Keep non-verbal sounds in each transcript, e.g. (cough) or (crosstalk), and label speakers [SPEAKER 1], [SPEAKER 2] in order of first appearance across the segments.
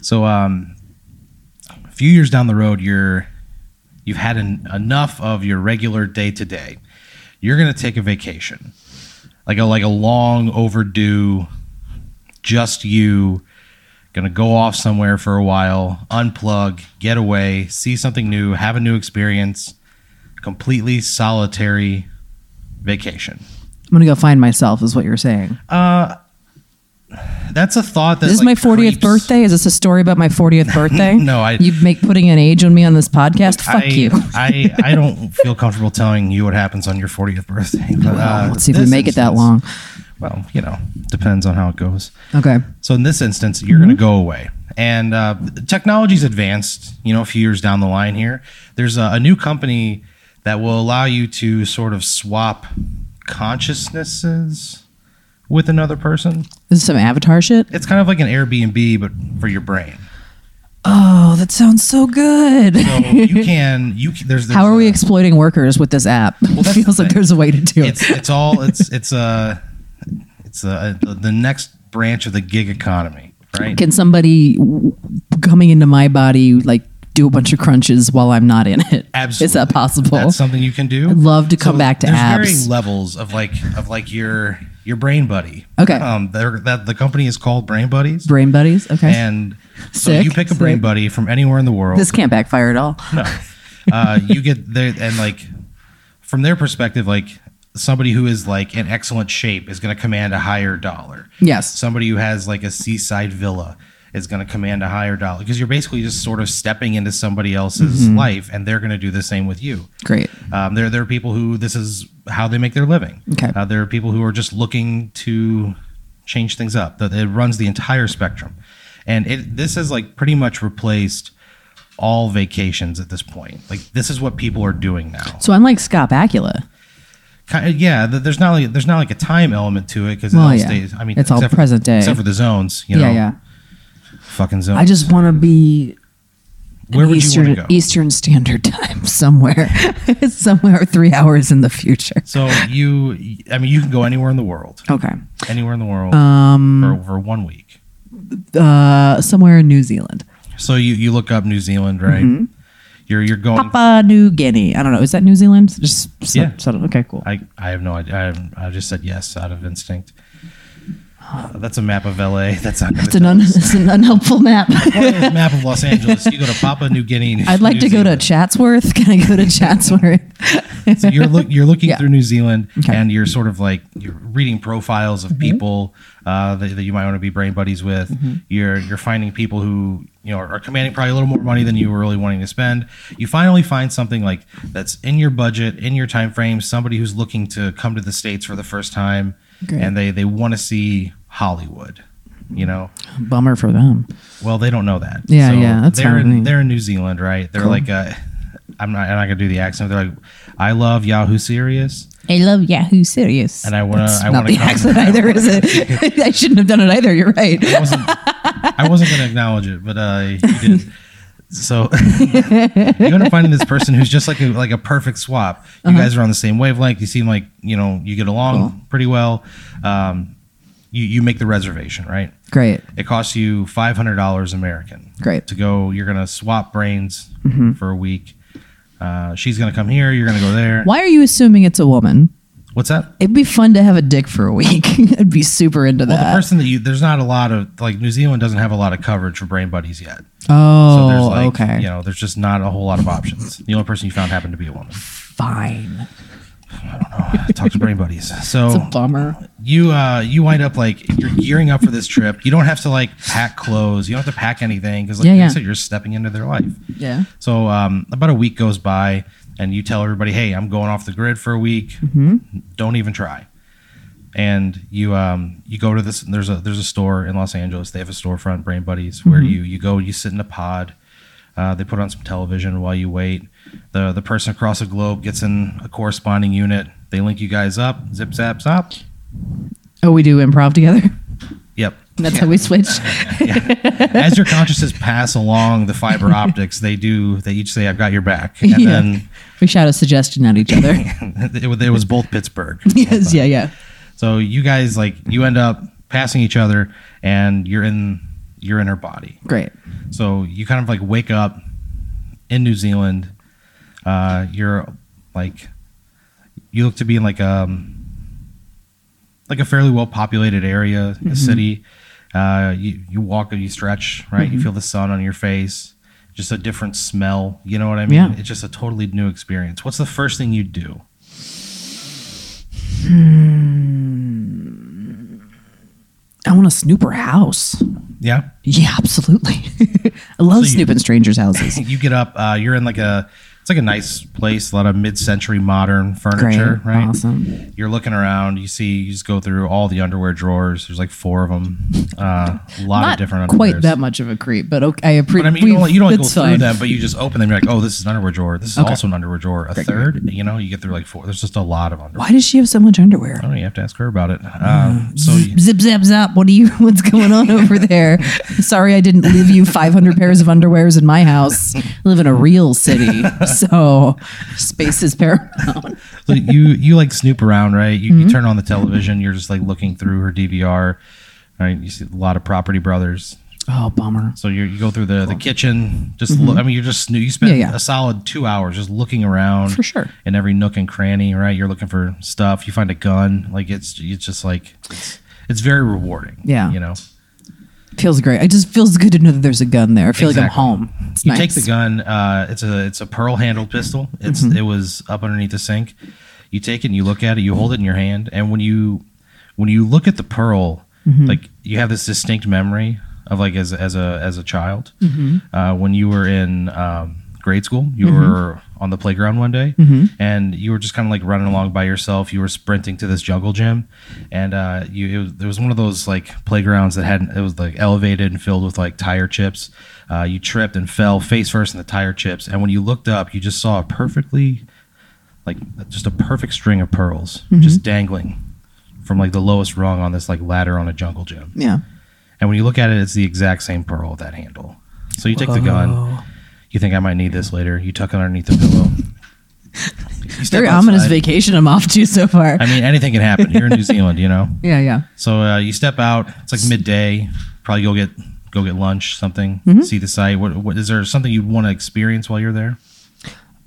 [SPEAKER 1] So, um, a few years down the road, you're you've had en- enough of your regular day to day. You're gonna take a vacation, like a like a long overdue, just you. Gonna go off somewhere for a while, unplug, get away, see something new, have a new experience, completely solitary vacation.
[SPEAKER 2] I'm gonna go find myself, is what you're saying.
[SPEAKER 1] Uh, that's a thought that
[SPEAKER 2] This is
[SPEAKER 1] like,
[SPEAKER 2] my 40th
[SPEAKER 1] creeps-
[SPEAKER 2] birthday. Is this a story about
[SPEAKER 1] (laughs)
[SPEAKER 2] my 40th birthday?
[SPEAKER 1] No, I-
[SPEAKER 2] You make putting an age on me on this podcast. Fuck
[SPEAKER 1] I,
[SPEAKER 2] you.
[SPEAKER 1] I, I don't feel comfortable telling you what happens on your 40th birthday. But, uh,
[SPEAKER 2] (laughs) Let's see if we
[SPEAKER 1] this
[SPEAKER 2] make it that
[SPEAKER 1] instance-
[SPEAKER 2] long.
[SPEAKER 1] Well, you know, depends on how it goes.
[SPEAKER 2] Okay.
[SPEAKER 1] So in this instance, you're
[SPEAKER 2] Mm-hmm.
[SPEAKER 1] going to go away. And uh, technology's advanced, you know, a few years down the line here. There's a, a new company that will allow you to sort of swap consciousnesses with another person.
[SPEAKER 2] This is some avatar shit.
[SPEAKER 1] It's kind of like an Airbnb, but for your brain.
[SPEAKER 2] Oh, that sounds so good. (laughs)
[SPEAKER 1] So you can, you can, there's, there's
[SPEAKER 2] How are we
[SPEAKER 1] a-
[SPEAKER 2] exploiting workers with this app?
[SPEAKER 1] uh,
[SPEAKER 2] (laughs)
[SPEAKER 1] that's the
[SPEAKER 2] Feels like
[SPEAKER 1] thing.
[SPEAKER 2] there's a way to do it.
[SPEAKER 1] it's it's all it's it's a it's a, the next branch of the gig economy, right?
[SPEAKER 2] Can somebody w- coming into my body like do a bunch of crunches while I'm not in it?
[SPEAKER 1] Absolutely,
[SPEAKER 2] Is that possible?
[SPEAKER 1] That's something you can do.
[SPEAKER 2] I'd love to come back to
[SPEAKER 1] there's
[SPEAKER 2] abs.
[SPEAKER 1] varying levels of like of like your your brain buddy.
[SPEAKER 2] Okay.
[SPEAKER 1] um, they're, that the company is called Brain Buddies,
[SPEAKER 2] Brain buddies. Okay.
[SPEAKER 1] and so
[SPEAKER 2] Sick,
[SPEAKER 1] you pick a brain
[SPEAKER 2] sick.
[SPEAKER 1] buddy from anywhere in the world.
[SPEAKER 2] this can't backfire at all.
[SPEAKER 1] No. Uh, you get there, and like from their perspective, like somebody who is like in excellent shape is going to command a higher dollar.
[SPEAKER 2] Yes.
[SPEAKER 1] Somebody who has like a seaside villa is going to command a higher dollar because you're basically just sort of stepping into somebody else's life, and they're going to do the same with you.
[SPEAKER 2] Great.
[SPEAKER 1] Um, there, there are people who this is how they make their living.
[SPEAKER 2] Okay.
[SPEAKER 1] Uh, there are people who are just looking to change things up. That it runs the entire spectrum, and it this has like pretty much replaced all vacations at this point. Like this is what people are doing now.
[SPEAKER 2] So unlike Scott Bakula,
[SPEAKER 1] Kind of, yeah, th- there's not like there's not like a time element to it because it
[SPEAKER 2] Well,
[SPEAKER 1] all
[SPEAKER 2] yeah.
[SPEAKER 1] stays. I mean,
[SPEAKER 2] It's all
[SPEAKER 1] except for-
[SPEAKER 2] present day.
[SPEAKER 1] except for the zones. You know,
[SPEAKER 2] yeah, yeah.
[SPEAKER 1] fucking zones.
[SPEAKER 2] I just want to be
[SPEAKER 1] Where would
[SPEAKER 2] Eastern
[SPEAKER 1] you want to go?
[SPEAKER 2] Eastern Standard Time (laughs) somewhere, somewhere three hours in the future.
[SPEAKER 1] so you, I mean, you can go anywhere in the world,
[SPEAKER 2] Okay,
[SPEAKER 1] anywhere in the world um, for over one week.
[SPEAKER 2] uh, somewhere in New Zealand,
[SPEAKER 1] So you, you look up New Zealand, right? You're you're going.
[SPEAKER 2] Papua New Guinea. I don't know. Is that New Zealand? Just so,
[SPEAKER 1] Yeah.
[SPEAKER 2] so- okay, cool.
[SPEAKER 1] I I have no idea. I, haven't- I just said yes out of instinct. That's a map of LA. That's not. (laughs)
[SPEAKER 2] It's an, un- (laughs) it's an unhelpful map.
[SPEAKER 1] a map of Los Angeles. You go to Papua New Guinea.
[SPEAKER 2] I'd like to go to Chatsworth. (laughs) Can I go to Chatsworth?
[SPEAKER 1] So you're look you're looking
[SPEAKER 2] Yeah.
[SPEAKER 1] through New Zealand,
[SPEAKER 2] Okay. Mm-hmm.
[SPEAKER 1] and you're sort of like you're reading profiles of people uh, that, that you might want to be brain buddies with. You're you're finding people who you know are, are commanding probably a little more money than you were really wanting to spend. You finally find something like that's in your budget, in your time frame. Somebody who's looking to come to the states for the first time,
[SPEAKER 2] Great.
[SPEAKER 1] and they they want to see Hollywood. You know,
[SPEAKER 2] (laughs) Bummer for them.
[SPEAKER 1] well, they don't know that.
[SPEAKER 2] Yeah, yeah, that's
[SPEAKER 1] they're
[SPEAKER 2] fine with me.
[SPEAKER 1] in, they're in New Zealand, right? They're like, uh, I'm not. I'm not gonna do the accent. They're like, I love Yahoo Serious,
[SPEAKER 2] I love Yahoo Serious.
[SPEAKER 1] and I wanna.
[SPEAKER 2] It's
[SPEAKER 1] I
[SPEAKER 2] not
[SPEAKER 1] wanna
[SPEAKER 2] the
[SPEAKER 1] come-
[SPEAKER 2] accent either, is it? (laughs) I shouldn't have done it either. You're right.
[SPEAKER 1] I wasn't, I wasn't gonna acknowledge it, but uh, you did. So (laughs) you end up finding this person who's just like a, like a perfect swap. You guys are on the same wavelength. You seem like you know you get along pretty well. Um, you you make the reservation, right?
[SPEAKER 2] Great.
[SPEAKER 1] It costs you five hundred dollars American.
[SPEAKER 2] Great.
[SPEAKER 1] To go, you're gonna swap brains for a week. Uh, she's gonna come here. You're gonna go there.
[SPEAKER 2] Why are you assuming it's a woman?
[SPEAKER 1] What's that?
[SPEAKER 2] It'd be fun to have a dick for a week. (laughs) I'd be super into
[SPEAKER 1] Well, the
[SPEAKER 2] that.
[SPEAKER 1] person that you there's not a lot of like New Zealand doesn't have a lot of coverage for brain buddies yet. So there's
[SPEAKER 2] oh,
[SPEAKER 1] like
[SPEAKER 2] okay.
[SPEAKER 1] you know there's just not a whole lot of options. The only person you found happened to be a woman. Uh,
[SPEAKER 2] Fine.
[SPEAKER 1] Talk to brain
[SPEAKER 2] (laughs)
[SPEAKER 1] buddies.
[SPEAKER 2] It's
[SPEAKER 1] So
[SPEAKER 2] a bummer.
[SPEAKER 1] you uh you wind up like you're gearing up for this trip. You don't have to like pack clothes. You don't have to pack anything because like
[SPEAKER 2] Yeah,
[SPEAKER 1] you
[SPEAKER 2] yeah.
[SPEAKER 1] said, you're just stepping into their life.
[SPEAKER 2] Yeah.
[SPEAKER 1] So um, about a week goes by, and you tell everybody, "Hey, I'm going off the grid for a week. Don't even try." And you um, you go to this. There's a there's a store in Los Angeles. They have a storefront, Brain Buddies, where you you go, you sit in a pod. Uh, they put on some television while you wait. The the person across the globe gets in a corresponding unit. They link you guys up. Zip zap zap.
[SPEAKER 2] Oh, we do improv together.
[SPEAKER 1] Yep.
[SPEAKER 2] (laughs) That's how we (laughs) switch.
[SPEAKER 1] As your consciousness pass along the fiber optics, they do. They each say, "I've got your back," and
[SPEAKER 2] Yeah.
[SPEAKER 1] then
[SPEAKER 2] we shout a suggestion at
[SPEAKER 1] (laughs)
[SPEAKER 2] each other. (laughs)
[SPEAKER 1] it, wa- it was both Pittsburgh.
[SPEAKER 2] yes. Yeah. Yeah.
[SPEAKER 1] So you guys like you end up passing each other, and you're in you're in her body.
[SPEAKER 2] Great.
[SPEAKER 1] So you kind of like wake up in New Zealand. Uh, you're like you look to be in like um like a fairly well populated area, a city. Uh, you you walk and you stretch, right? You feel the sun on your face, just a different smell. You know what I mean?
[SPEAKER 2] Yeah.
[SPEAKER 1] It's just a totally new experience. What's the first thing you do?
[SPEAKER 2] I want to snoop her house.
[SPEAKER 1] Yeah,
[SPEAKER 2] Yeah, absolutely. (laughs) I love
[SPEAKER 1] So you-
[SPEAKER 2] snooping strangers'
[SPEAKER 1] (laughs)
[SPEAKER 2] houses.
[SPEAKER 1] you get up. Uh, you're in like a it's like a nice place, a lot of mid-century modern furniture,
[SPEAKER 2] Great.
[SPEAKER 1] right?
[SPEAKER 2] Awesome.
[SPEAKER 1] You're looking around. You see, you just go through all the underwear drawers. There's like four of them. Uh, a lot of
[SPEAKER 2] Not
[SPEAKER 1] different underwears.
[SPEAKER 2] quite that much of a creep, but okay, I appreciate.
[SPEAKER 1] But I mean, you don't, like- you don't like, go through them, but you just open them. You're like, oh, this is an underwear drawer. This is also an underwear drawer. A third, you know, you get through like four. There's just a lot of underwear.
[SPEAKER 2] Why does she have so much underwear?
[SPEAKER 1] I don't know. You have to ask her about it.
[SPEAKER 2] Mm.
[SPEAKER 1] Um, so you,
[SPEAKER 2] Zip, zap, zap. What are you? (laughs) What's going on over there? Sorry, I didn't leave you 500 pairs of underwears in my house. I live in a real city,
[SPEAKER 1] (laughs)
[SPEAKER 2] so space is paramount.
[SPEAKER 1] so you you like snoop around, right? You,
[SPEAKER 2] Mm-hmm.
[SPEAKER 1] you turn on the television. You're just like looking through her DVR. Right? You see a lot of Property Brothers.
[SPEAKER 2] Oh, bummer.
[SPEAKER 1] So you you go through the, the kitchen, just look, I mean, you're just snoo- you spend
[SPEAKER 2] mm-hmm. Yeah, yeah.
[SPEAKER 1] a solid two hours just looking around
[SPEAKER 2] For sure.
[SPEAKER 1] in every nook and cranny, right? You're looking for stuff. You find a gun, like it's it's just like it's, it's very rewarding.
[SPEAKER 2] Yeah.
[SPEAKER 1] you know.
[SPEAKER 2] Feels great. It just feels good to know that there's a gun there. I feel like I'm
[SPEAKER 1] Exactly.
[SPEAKER 2] home. It's
[SPEAKER 1] you
[SPEAKER 2] nice.
[SPEAKER 1] take the gun. Uh, it's a it's a pearl handled pistol. It's
[SPEAKER 2] Mm-hmm.
[SPEAKER 1] it was up underneath the sink. You take it and you look at it. You hold it in your hand, and when you when you look at the pearl,
[SPEAKER 2] Mm-hmm.
[SPEAKER 1] like you have this distinct memory of like as as a as a child
[SPEAKER 2] Mm-hmm.
[SPEAKER 1] uh, when you were in um, grade school. You were on the playground one day, and you were just kind of like running along by yourself. You were sprinting to this jungle gym, and uh, you it was, there was one of those like playgrounds that had it was like elevated and filled with like tire chips. Uh, you tripped and fell face first in the tire chips, and when you looked up, you just saw a perfectly like just a perfect string of pearls just dangling from like the lowest rung on this like ladder on a jungle gym.
[SPEAKER 2] yeah.
[SPEAKER 1] And when you look at it, it's the exact same pearl with that handle. So you take the gun.
[SPEAKER 2] Oh.
[SPEAKER 1] You think I might need this later. You tuck it underneath the pillow.
[SPEAKER 2] (laughs)
[SPEAKER 1] You step
[SPEAKER 2] Very ominous
[SPEAKER 1] outside.
[SPEAKER 2] vacation I'm off to so far.
[SPEAKER 1] I mean, anything can happen. You're in
[SPEAKER 2] (laughs)
[SPEAKER 1] New Zealand, you know.
[SPEAKER 2] yeah, yeah.
[SPEAKER 1] So uh, you step out. It's like midday. Probably go get go get lunch, something.
[SPEAKER 2] Mm-hmm.
[SPEAKER 1] See the site. What, what is there something you want to experience while you're
[SPEAKER 2] (gasps)
[SPEAKER 1] there?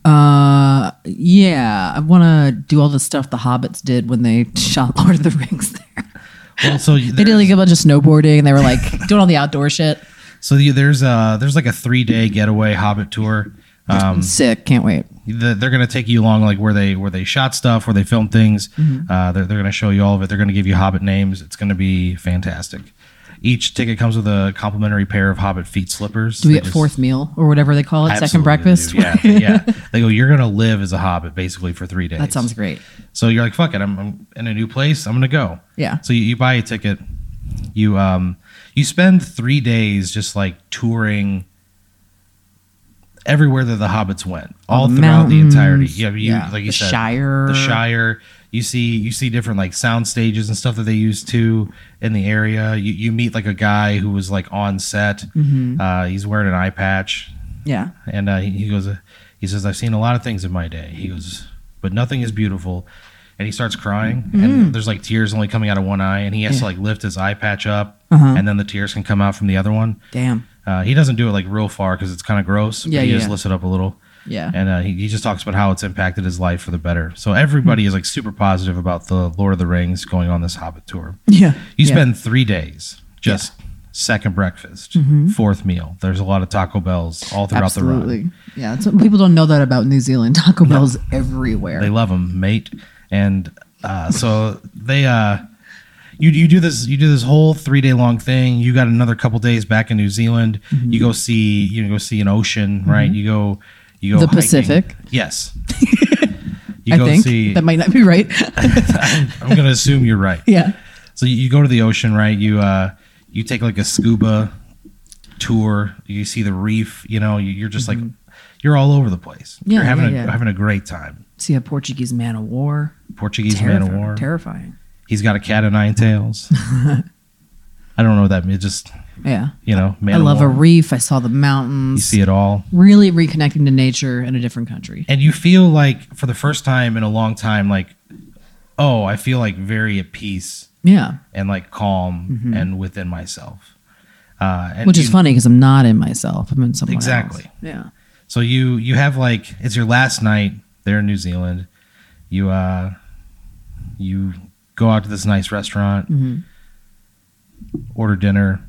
[SPEAKER 2] Uh, yeah. I want to do all the stuff the hobbits did when they shot Lord of the Rings there.
[SPEAKER 1] Well, so you-
[SPEAKER 2] They did like a bunch of snowboarding and they were like doing all the outdoor shit.
[SPEAKER 1] so you, there's uh there's like a three day getaway Hobbit tour. Um,
[SPEAKER 2] Sick. Can't wait.
[SPEAKER 1] the, they're going to take you along like where they where they shot stuff where they filmed things
[SPEAKER 2] Mm-hmm.
[SPEAKER 1] uh, they're, they're going to show you all of it they're going to give you hobbit names it's going to be fantastic each ticket comes with a complimentary pair of hobbit feet slippers
[SPEAKER 2] Do we
[SPEAKER 1] They
[SPEAKER 2] get
[SPEAKER 1] just-
[SPEAKER 2] fourth meal or whatever they call it? Second
[SPEAKER 1] Absolutely
[SPEAKER 2] breakfast?
[SPEAKER 1] do. yeah yeah they go you're going to live as a hobbit basically for three days
[SPEAKER 2] (laughs) that sounds great.
[SPEAKER 1] so you're like fuck it i'm, I'm in a new place i'm going to go
[SPEAKER 2] Yeah.
[SPEAKER 1] so you, you buy a ticket you um you spend three days just like touring everywhere that the hobbits went all
[SPEAKER 2] the
[SPEAKER 1] throughout the
[SPEAKER 2] mountains.
[SPEAKER 1] entirety yeah, you,
[SPEAKER 2] Yeah.
[SPEAKER 1] like you
[SPEAKER 2] The
[SPEAKER 1] said
[SPEAKER 2] Shire.
[SPEAKER 1] the shire you see you see different like sound stages and stuff that they use too in the area you, you meet like a guy who was like on set
[SPEAKER 2] Mm-hmm.
[SPEAKER 1] uh, he's wearing an eye patch
[SPEAKER 2] Yeah.
[SPEAKER 1] and uh, he, he goes, uh, he says, I've seen a lot of things in my day. He goes, but nothing is beautiful. And he starts crying,
[SPEAKER 2] Mm-hmm.
[SPEAKER 1] and there's like tears only coming out of one eye, and he has to like lift his eye patch up,
[SPEAKER 2] Uh-huh.
[SPEAKER 1] and then the tears can come out from the other one.
[SPEAKER 2] Damn.
[SPEAKER 1] Uh, he doesn't do it like real far because it's kind of gross.
[SPEAKER 2] Yeah,
[SPEAKER 1] but he
[SPEAKER 2] yeah,
[SPEAKER 1] just
[SPEAKER 2] yeah.
[SPEAKER 1] lifts it up a little.
[SPEAKER 2] Yeah.
[SPEAKER 1] And uh, he, he just talks about how it's impacted his life for the better. So everybody
[SPEAKER 2] Mm-hmm.
[SPEAKER 1] is like super positive about the Lord of the Rings going on this Hobbit tour.
[SPEAKER 2] (laughs) Yeah.
[SPEAKER 1] You
[SPEAKER 2] Yeah.
[SPEAKER 1] spend three days just second breakfast, fourth meal. There's a lot of Taco Bells all throughout the run.
[SPEAKER 2] Mm-hmm. Absolutely. Yeah. That's what, people don't know that about New Zealand. Taco Bell's everywhere.
[SPEAKER 1] They love them, mate. And uh, so they, uh, you you do this you do this whole three day long thing. You got another couple days back in New Zealand. You go see you go see an ocean, right? You go you go
[SPEAKER 2] The
[SPEAKER 1] hiking.
[SPEAKER 2] Pacific?
[SPEAKER 1] Yes.
[SPEAKER 2] (laughs)
[SPEAKER 1] you
[SPEAKER 2] I
[SPEAKER 1] go
[SPEAKER 2] think
[SPEAKER 1] see.
[SPEAKER 2] that might not be right. (laughs)
[SPEAKER 1] I'm gonna assume you're right.
[SPEAKER 2] yeah.
[SPEAKER 1] So you, you go to the ocean, right? You uh, you take like a scuba tour. You see the reef. You know, you, you're just like you're all over the place.
[SPEAKER 2] Yeah,
[SPEAKER 1] you're having
[SPEAKER 2] yeah,
[SPEAKER 1] a,
[SPEAKER 2] yeah.
[SPEAKER 1] having a great time.
[SPEAKER 2] See a Portuguese man of war.
[SPEAKER 1] Portuguese man of war.
[SPEAKER 2] Terrifying.
[SPEAKER 1] He's got a cat of nine
[SPEAKER 2] (laughs)
[SPEAKER 1] tails. I don't know what that means. Just
[SPEAKER 2] Yeah.
[SPEAKER 1] you know, man.
[SPEAKER 2] I
[SPEAKER 1] of
[SPEAKER 2] love a
[SPEAKER 1] war.
[SPEAKER 2] reef. I saw the
[SPEAKER 1] You
[SPEAKER 2] mountains.
[SPEAKER 1] see it all,
[SPEAKER 2] Really reconnecting to nature in a different country.
[SPEAKER 1] and you feel like for the first time in a long time, like, oh, I feel like very at peace
[SPEAKER 2] Yeah.
[SPEAKER 1] and like calm and within myself. Uh, and
[SPEAKER 2] Mm-hmm. Which is
[SPEAKER 1] you-
[SPEAKER 2] funny because I'm not in myself. I'm in someone else.
[SPEAKER 1] Exactly.
[SPEAKER 2] Yeah.
[SPEAKER 1] So you you have like it's your last night there in New Zealand. You uh you go out to this nice restaurant,
[SPEAKER 2] Mm-hmm.
[SPEAKER 1] order dinner.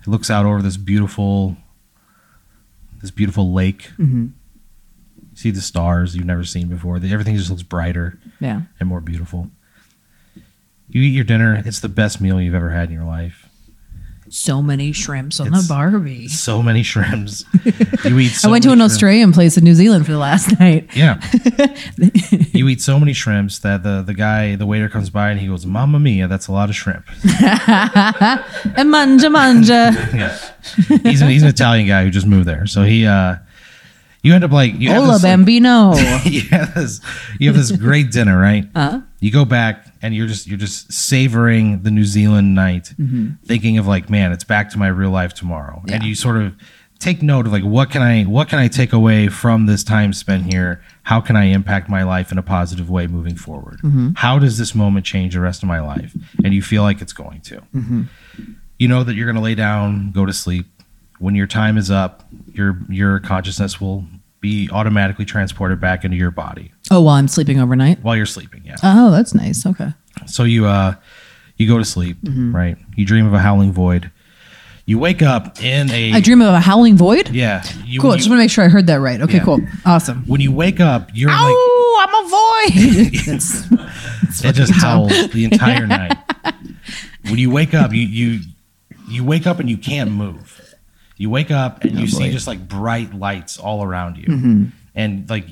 [SPEAKER 1] It looks out over this beautiful this beautiful lake.
[SPEAKER 2] Mhm.
[SPEAKER 1] You see the stars you've never seen before. The- Everything just looks brighter
[SPEAKER 2] Yeah.
[SPEAKER 1] and more beautiful. You eat your dinner. It's the best meal you've ever had in your life.
[SPEAKER 2] So many shrimps on
[SPEAKER 1] It's-
[SPEAKER 2] the Barbie.
[SPEAKER 1] So many
[SPEAKER 2] (laughs)
[SPEAKER 1] shrimps. you eat. So
[SPEAKER 2] I went to
[SPEAKER 1] many
[SPEAKER 2] an
[SPEAKER 1] shrimps.
[SPEAKER 2] Australian place in New Zealand for the last (laughs) night.
[SPEAKER 1] Yeah.
[SPEAKER 2] (laughs)
[SPEAKER 1] you eat so many shrimps that the, the guy, the waiter comes by and he goes, Mamma mia, that's a lot of shrimp. (laughs)
[SPEAKER 2] And manja manja.
[SPEAKER 1] yeah. He's an, he's an Italian guy who just moved there. So he, uh, you end up like, (laughs) you have,
[SPEAKER 2] Hola
[SPEAKER 1] this, like,
[SPEAKER 2] bambino.
[SPEAKER 1] (laughs) you, have this, you have this great dinner, right? Uh-huh. You go back and you're just, you're just savoring the New Zealand night, thinking of like, man, it's back to my real life tomorrow. And
[SPEAKER 2] Yeah.
[SPEAKER 1] you sort of take note of like, what can I, what can I take away from this time spent here? How can I impact my life in a positive way moving forward? How does this moment change the rest of my life? And you feel like it's going to you know that you're going to lay down, go to sleep. When your time is up, your your consciousness will be automatically transported back into your body
[SPEAKER 2] oh, while I'm sleeping overnight.
[SPEAKER 1] while you're sleeping. Yeah.
[SPEAKER 2] Oh, that's nice. Okay.
[SPEAKER 1] So you uh you go to sleep,
[SPEAKER 2] Mm-hmm.
[SPEAKER 1] right? You dream of a howling void. You wake up in a
[SPEAKER 2] I dream of a howling void.
[SPEAKER 1] yeah. You,
[SPEAKER 2] Cool.
[SPEAKER 1] you-
[SPEAKER 2] Just want to make sure I heard that right. Okay.
[SPEAKER 1] Yeah.
[SPEAKER 2] Cool. Awesome.
[SPEAKER 1] when you wake up, you're in, like
[SPEAKER 2] Ow!
[SPEAKER 1] (laughs)
[SPEAKER 2] I'm a void. That's-
[SPEAKER 1] it just howls the
[SPEAKER 2] (laughs)
[SPEAKER 1] entire night. When you wake up, you you you wake up and you can't move. You wake up and you see
[SPEAKER 2] boy.
[SPEAKER 1] just like bright lights all around you, and like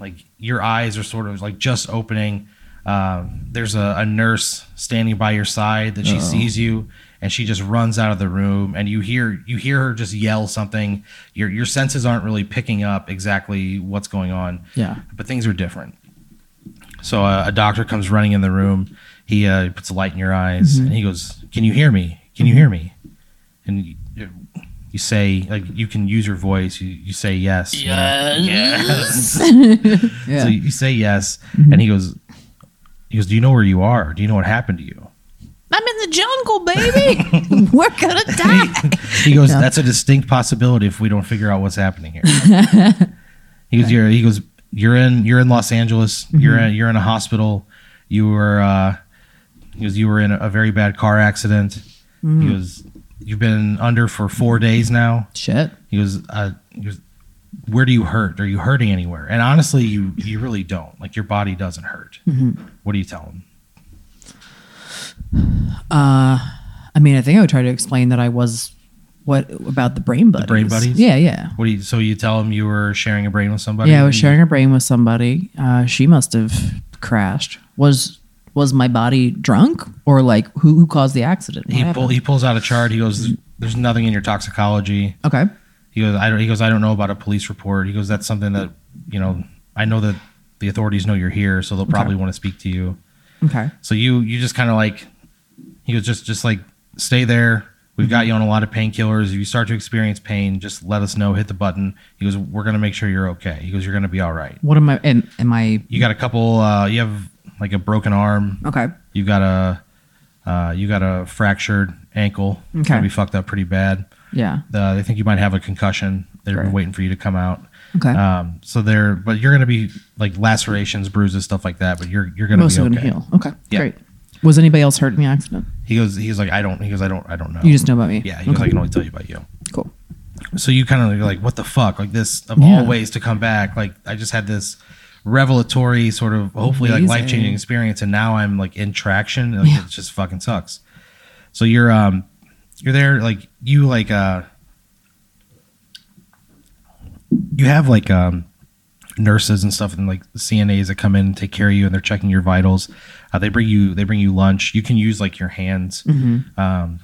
[SPEAKER 1] like your eyes are sort of like just opening. Uh, there's a, a nurse standing by your side that she sees you, and she just runs out of the room. And you hear you hear her just yell something. Your your senses aren't really picking up exactly what's going on.
[SPEAKER 2] Yeah.
[SPEAKER 1] but things are different. So uh, a doctor comes running in the room. He uh, puts a light in your eyes and he goes, "Can you hear me? Can you hear me?" And you, you say, like, you can use your voice. You, you say yes. you know? Yes.
[SPEAKER 2] yeah.
[SPEAKER 1] So you say yes, and he goes, he goes, "Do you know where you are? Do you know what happened to you?"
[SPEAKER 2] I'm in the jungle, baby. (laughs) We're gonna die.
[SPEAKER 1] (laughs) He goes, "That's a distinct possibility if we don't figure out what's happening here." he goes, "You're," he goes, "You're in, you're in Los Angeles. You're in, you're in a hospital. You were," uh, he goes, "You were in a very bad car accident." He goes, "You've been under for four days now."
[SPEAKER 2] Shit.
[SPEAKER 1] He goes, uh, he goes, "Where do you hurt? Are you hurting anywhere?" And honestly, you you really don't. Like your body doesn't hurt.
[SPEAKER 2] Mm-hmm.
[SPEAKER 1] What do you tell him?
[SPEAKER 2] I mean, I think I would try to explain that I was what about the brain buddies?
[SPEAKER 1] brain buddies?
[SPEAKER 2] Yeah, yeah.
[SPEAKER 1] What do you? So you tell him you were sharing a brain with somebody?
[SPEAKER 2] Yeah, I
[SPEAKER 1] and
[SPEAKER 2] was
[SPEAKER 1] you-
[SPEAKER 2] sharing a brain with somebody. Uh, she must have crashed. Was was my body drunk or like who who caused the accident? What
[SPEAKER 1] He
[SPEAKER 2] happened?
[SPEAKER 1] pull, he pulls out a chart. He goes, "There's nothing in your toxicology."
[SPEAKER 2] okay.
[SPEAKER 1] He goes, "I don't." He goes, "I don't know about a police report." He goes, "That's something that you know. I know that the authorities know you're here, so they'll probably want to speak to you."
[SPEAKER 2] Okay.
[SPEAKER 1] So you you just kind of like he goes, "Just just like stay there. We've
[SPEAKER 2] Mm-hmm.
[SPEAKER 1] got you on a lot of painkillers. If you start to experience pain, just let us know. Hit the button." He goes, "We're gonna make sure you're okay." He goes, "You're gonna be all right."
[SPEAKER 2] What am I am, am I
[SPEAKER 1] You got a couple. Uh, you have like a broken arm.
[SPEAKER 2] okay.
[SPEAKER 1] You got a uh, you got a fractured ankle. It's
[SPEAKER 2] Okay.
[SPEAKER 1] gonna be fucked up pretty bad.
[SPEAKER 2] Yeah.
[SPEAKER 1] Uh, they think you might have a concussion. They're
[SPEAKER 2] Right.
[SPEAKER 1] waiting for you to come out.
[SPEAKER 2] Okay.
[SPEAKER 1] Um, so they're but you're gonna be like lacerations, bruises, stuff like that. But you're you're gonna
[SPEAKER 2] Most
[SPEAKER 1] be
[SPEAKER 2] of them
[SPEAKER 1] okay.
[SPEAKER 2] heal. Okay.
[SPEAKER 1] Yeah.
[SPEAKER 2] Great. Was anybody else hurt in the accident?
[SPEAKER 1] He goes. He's like I don't. He goes I don't. I don't know.
[SPEAKER 2] You just know about me.
[SPEAKER 1] yeah. He
[SPEAKER 2] Okay.
[SPEAKER 1] goes I can only tell you about you.
[SPEAKER 2] Cool.
[SPEAKER 1] So you kind of like what the fuck like this of
[SPEAKER 2] Yeah.
[SPEAKER 1] all ways to come back. Like I just had this revelatory sort of hopefully like
[SPEAKER 2] Amazing.
[SPEAKER 1] life changing experience, and now I'm like in traction. Like, It just fucking sucks. So you're um you're there like you like uh you have like um nurses and stuff and like CNAs that come in and take care of you and they're checking your vitals. Uh, they bring you they bring you lunch. You can use like your hands. Um,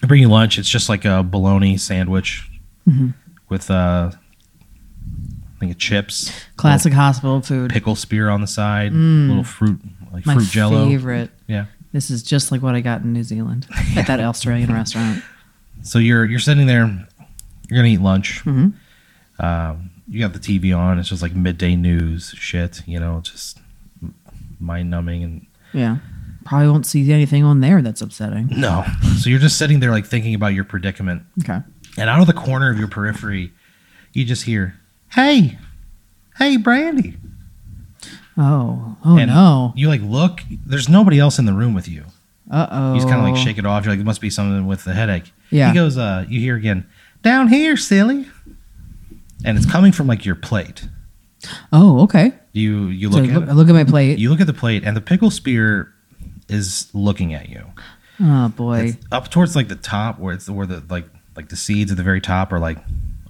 [SPEAKER 1] they bring you lunch. It's just like a bologna sandwich with uh, I think it's chips,
[SPEAKER 2] Classic hospital food.
[SPEAKER 1] pickle spear on the side, little fruit like
[SPEAKER 2] my
[SPEAKER 1] fruit jello.
[SPEAKER 2] favorite.
[SPEAKER 1] Yeah.
[SPEAKER 2] This is just like what I got in
[SPEAKER 1] (laughs)
[SPEAKER 2] New Zealand at that Australian restaurant.
[SPEAKER 1] So you're you're sitting there. You're gonna eat lunch.
[SPEAKER 2] Mm-hmm.
[SPEAKER 1] Um, you got the TV on. It's just like midday news shit. You know, just mind numbing and
[SPEAKER 2] Yeah. Probably won't see anything on there that's upsetting.
[SPEAKER 1] No. So you're just sitting there like thinking about your predicament.
[SPEAKER 2] Okay.
[SPEAKER 1] And out of the corner of your periphery, you just hear, Hey, hey, Brandy.
[SPEAKER 2] Oh. Oh
[SPEAKER 1] and
[SPEAKER 2] no.
[SPEAKER 1] You like look, there's nobody else in the room with you.
[SPEAKER 2] Uh oh.
[SPEAKER 1] You just kind of like shake it off. You're like, it must be something with the headache.
[SPEAKER 2] Yeah.
[SPEAKER 1] He goes, uh, you hear again, down here, silly. And it's coming from like your plate.
[SPEAKER 2] Oh, okay.
[SPEAKER 1] You you
[SPEAKER 2] So
[SPEAKER 1] look
[SPEAKER 2] I
[SPEAKER 1] at
[SPEAKER 2] look, I
[SPEAKER 1] it,
[SPEAKER 2] look at my plate.
[SPEAKER 1] you look at the plate and the pickle spear is looking at you.
[SPEAKER 2] oh boy.
[SPEAKER 1] It's up towards like the top where it's where the like like the seeds at the very top are like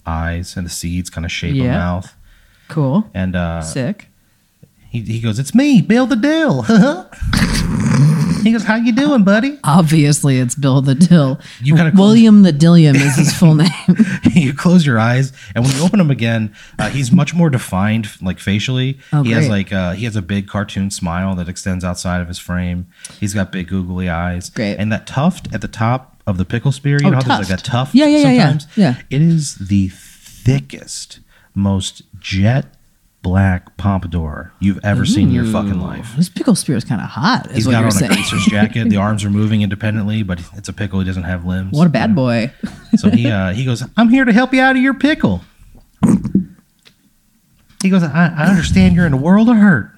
[SPEAKER 1] eyes and the seeds kind of shape
[SPEAKER 2] Yeah.
[SPEAKER 1] a mouth.
[SPEAKER 2] Cool.
[SPEAKER 1] And uh
[SPEAKER 2] Sick.
[SPEAKER 1] he, he goes, It's me, Bill the Dill. (laughs) he goes, How you doing, buddy?
[SPEAKER 2] Obviously, it's Bill the Dill.
[SPEAKER 1] You gotta close-
[SPEAKER 2] William the Dilliam is his full (laughs) name.
[SPEAKER 1] (laughs) you close your eyes, and when you open them again, uh, he's much more defined, like facially.
[SPEAKER 2] Oh,
[SPEAKER 1] he has
[SPEAKER 2] great.
[SPEAKER 1] like uh, he has a big cartoon smile that extends outside of his frame. He's got big googly eyes.
[SPEAKER 2] Great.
[SPEAKER 1] And that tuft at the top of the pickle spear, you
[SPEAKER 2] Oh,
[SPEAKER 1] know, how there's like
[SPEAKER 2] tuft.
[SPEAKER 1] that tuft.
[SPEAKER 2] Yeah, yeah, yeah, yeah.
[SPEAKER 1] sometimes?
[SPEAKER 2] Yeah.
[SPEAKER 1] It is the thickest, most jet black pompadour you've ever seen in your fucking life.
[SPEAKER 2] This pickle spear is kind of hot. Is
[SPEAKER 1] He's
[SPEAKER 2] what
[SPEAKER 1] got
[SPEAKER 2] you're
[SPEAKER 1] on a
[SPEAKER 2] saying.
[SPEAKER 1] greaser's jacket.
[SPEAKER 2] (laughs)
[SPEAKER 1] The arms are moving independently, but it's a pickle. He doesn't have limbs.
[SPEAKER 2] What a bad boy. (laughs)
[SPEAKER 1] So he uh, he goes, I'm here to help you out of your pickle. He goes, I, I understand you're in a world of hurt.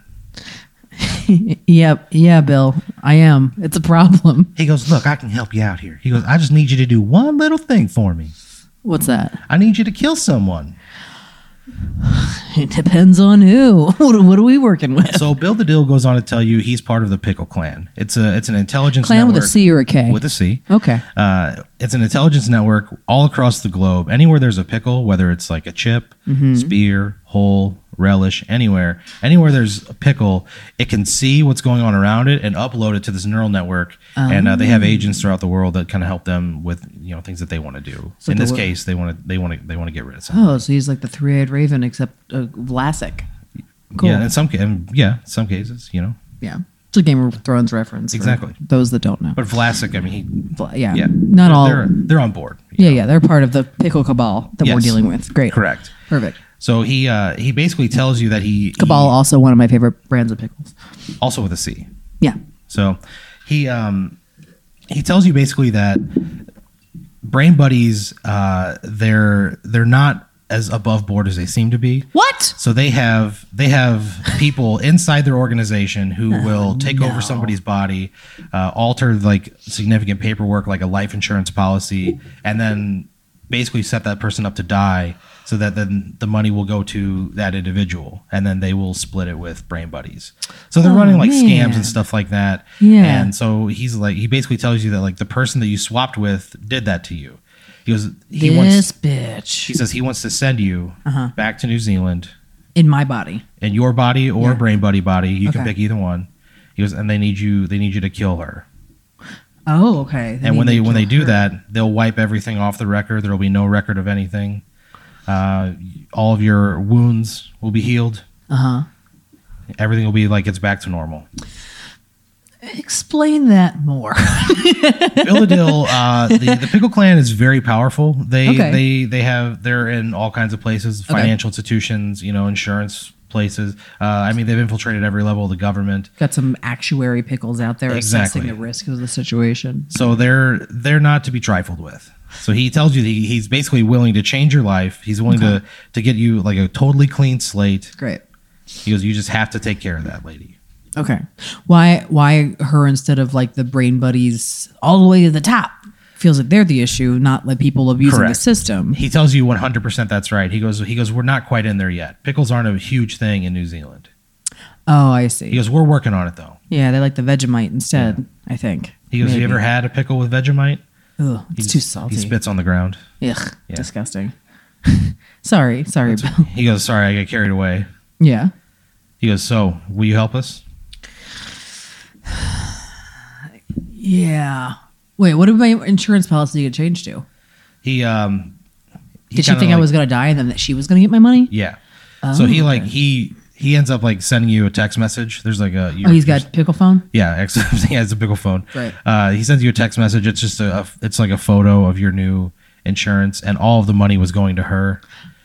[SPEAKER 2] yep. Yeah, Bill. I am. It's a problem. (laughs)
[SPEAKER 1] He goes, Look, I can help you out here. He goes, I just need you to do one little thing for me.
[SPEAKER 2] What's that?
[SPEAKER 1] I need you to kill someone.
[SPEAKER 2] It depends on who. (laughs) what, are- what are we working with? (laughs)
[SPEAKER 1] So Bill the Dill goes on to tell you he's part of the Pickle Clan. It's a it's an intelligence
[SPEAKER 2] Clan with a
[SPEAKER 1] network-
[SPEAKER 2] C or a K?
[SPEAKER 1] With a C.
[SPEAKER 2] okay.
[SPEAKER 1] Uh, it's an intelligence network all across the globe. Anywhere there's a pickle, whether it's like a chip,
[SPEAKER 2] Mm-hmm.
[SPEAKER 1] spear, hole, relish, anywhere, anywhere there's a pickle, it can see what's going on around it and upload it to this neural network. And uh, they
[SPEAKER 2] Oh.
[SPEAKER 1] have agents throughout the world that kind of help them with you know things that they want to do.
[SPEAKER 2] So
[SPEAKER 1] In
[SPEAKER 2] the
[SPEAKER 1] this
[SPEAKER 2] wo-
[SPEAKER 1] case, they want to they want to they want to get rid of something.
[SPEAKER 2] Oh, so he's like the three-eyed raven, except uh, Vlasic. Cool.
[SPEAKER 1] Yeah, in some ca- in- yeah, some cases, you know.
[SPEAKER 2] Yeah. It's a Game of Thrones reference. for
[SPEAKER 1] Exactly.
[SPEAKER 2] Those that don't know.
[SPEAKER 1] But Vlasic, I mean,
[SPEAKER 2] Vla- yeah.
[SPEAKER 1] he, yeah,
[SPEAKER 2] Not all.
[SPEAKER 1] They're they're on board.
[SPEAKER 2] yeah, yeah. They're part of the pickle cabal that we're
[SPEAKER 1] Yes.
[SPEAKER 2] dealing with. Great.
[SPEAKER 1] Correct.
[SPEAKER 2] Perfect.
[SPEAKER 1] So he uh, he basically tells you that he
[SPEAKER 2] Cabal, also one of my favorite brands of pickles.
[SPEAKER 1] he- also with a C.
[SPEAKER 2] Yeah.
[SPEAKER 1] So he um, he tells you basically that brain buddies uh, they're they're not as above board as they seem to be.
[SPEAKER 2] What?
[SPEAKER 1] So they have they have people inside their organization
[SPEAKER 2] (laughs)
[SPEAKER 1] who will take over somebody's body, uh, alter like significant paperwork like a life insurance policy, and then basically set that person up to die. So that then the money will go to that individual, and then they will split it with brain buddies. So they're
[SPEAKER 2] Oh,
[SPEAKER 1] running like scams
[SPEAKER 2] man.
[SPEAKER 1] and stuff like that.
[SPEAKER 2] Yeah.
[SPEAKER 1] And so he's like, he basically tells you that like the person that you swapped with did that to you. He goes, he
[SPEAKER 2] this Uh-huh.
[SPEAKER 1] wants,
[SPEAKER 2] bitch.
[SPEAKER 1] he says he wants to send you back to New Zealand
[SPEAKER 2] in my body.
[SPEAKER 1] in your body or
[SPEAKER 2] Yeah.
[SPEAKER 1] brain buddy body. You can
[SPEAKER 2] Okay.
[SPEAKER 1] pick either one. He goes, and they need you. They need you to kill her.
[SPEAKER 2] Oh, okay.
[SPEAKER 1] and when
[SPEAKER 2] need
[SPEAKER 1] they
[SPEAKER 2] to
[SPEAKER 1] when they
[SPEAKER 2] kill
[SPEAKER 1] do
[SPEAKER 2] her.
[SPEAKER 1] that, they'll wipe everything off the record. There will be no record of anything. Uh, all of your wounds will be healed.
[SPEAKER 2] Uh-huh.
[SPEAKER 1] Everything will be like it's back to normal.
[SPEAKER 2] Explain that more. (laughs)
[SPEAKER 1] Illidil, uh, the, the Pickle Clan is very powerful. They
[SPEAKER 2] Okay.
[SPEAKER 1] they they have they're in all kinds of places,
[SPEAKER 2] Okay.
[SPEAKER 1] financial institutions, you know, insurance places. Uh, I mean, they've infiltrated every level of the government.
[SPEAKER 2] Got some actuary pickles out there assessing
[SPEAKER 1] Exactly.
[SPEAKER 2] the risk of the situation.
[SPEAKER 1] So they're they're not to be trifled with. So he tells you that he, he's basically willing to change your life. He's willing to to get you like a totally clean slate.
[SPEAKER 2] Great.
[SPEAKER 1] He goes, you just have to take care of that lady.
[SPEAKER 2] Okay. Why why her instead of like the brain buddies all the way to the top? Feels like they're the issue, not the people abusing the
[SPEAKER 1] Correct.
[SPEAKER 2] system.
[SPEAKER 1] He tells you 100% that's right. He goes he goes we're not quite in there yet. Pickles aren't a huge thing in New Zealand.
[SPEAKER 2] Oh, I
[SPEAKER 1] He
[SPEAKER 2] see.
[SPEAKER 1] goes we're working on it though.
[SPEAKER 2] Yeah, they like the Vegemite instead, I think.
[SPEAKER 1] He goes, have you ever had a pickle with Vegemite?
[SPEAKER 2] Ugh, it's
[SPEAKER 1] He
[SPEAKER 2] too
[SPEAKER 1] just-
[SPEAKER 2] salty.
[SPEAKER 1] He spits on the ground.
[SPEAKER 2] Ugh,
[SPEAKER 1] Yeah.
[SPEAKER 2] disgusting. (laughs) sorry, sorry, Bill.
[SPEAKER 1] He goes, sorry, I got carried away.
[SPEAKER 2] Yeah.
[SPEAKER 1] He goes, so will you help us?
[SPEAKER 2] Yeah. Wait, what did my insurance policy get changed to?
[SPEAKER 1] He um. he
[SPEAKER 2] Did she
[SPEAKER 1] kinda
[SPEAKER 2] think I
[SPEAKER 1] like-
[SPEAKER 2] was going to die and then that she was going to get my money?
[SPEAKER 1] Yeah. so he
[SPEAKER 2] Oh.
[SPEAKER 1] like he he ends up like sending you a text message. There's like a
[SPEAKER 2] Oh, he's got pickle phone?
[SPEAKER 1] yeah. (laughs) Except he has a pickle phone.
[SPEAKER 2] Right.
[SPEAKER 1] Uh, he sends you a text message. It's just a, a- it's like a photo of your new insurance, and all of the money was going to her.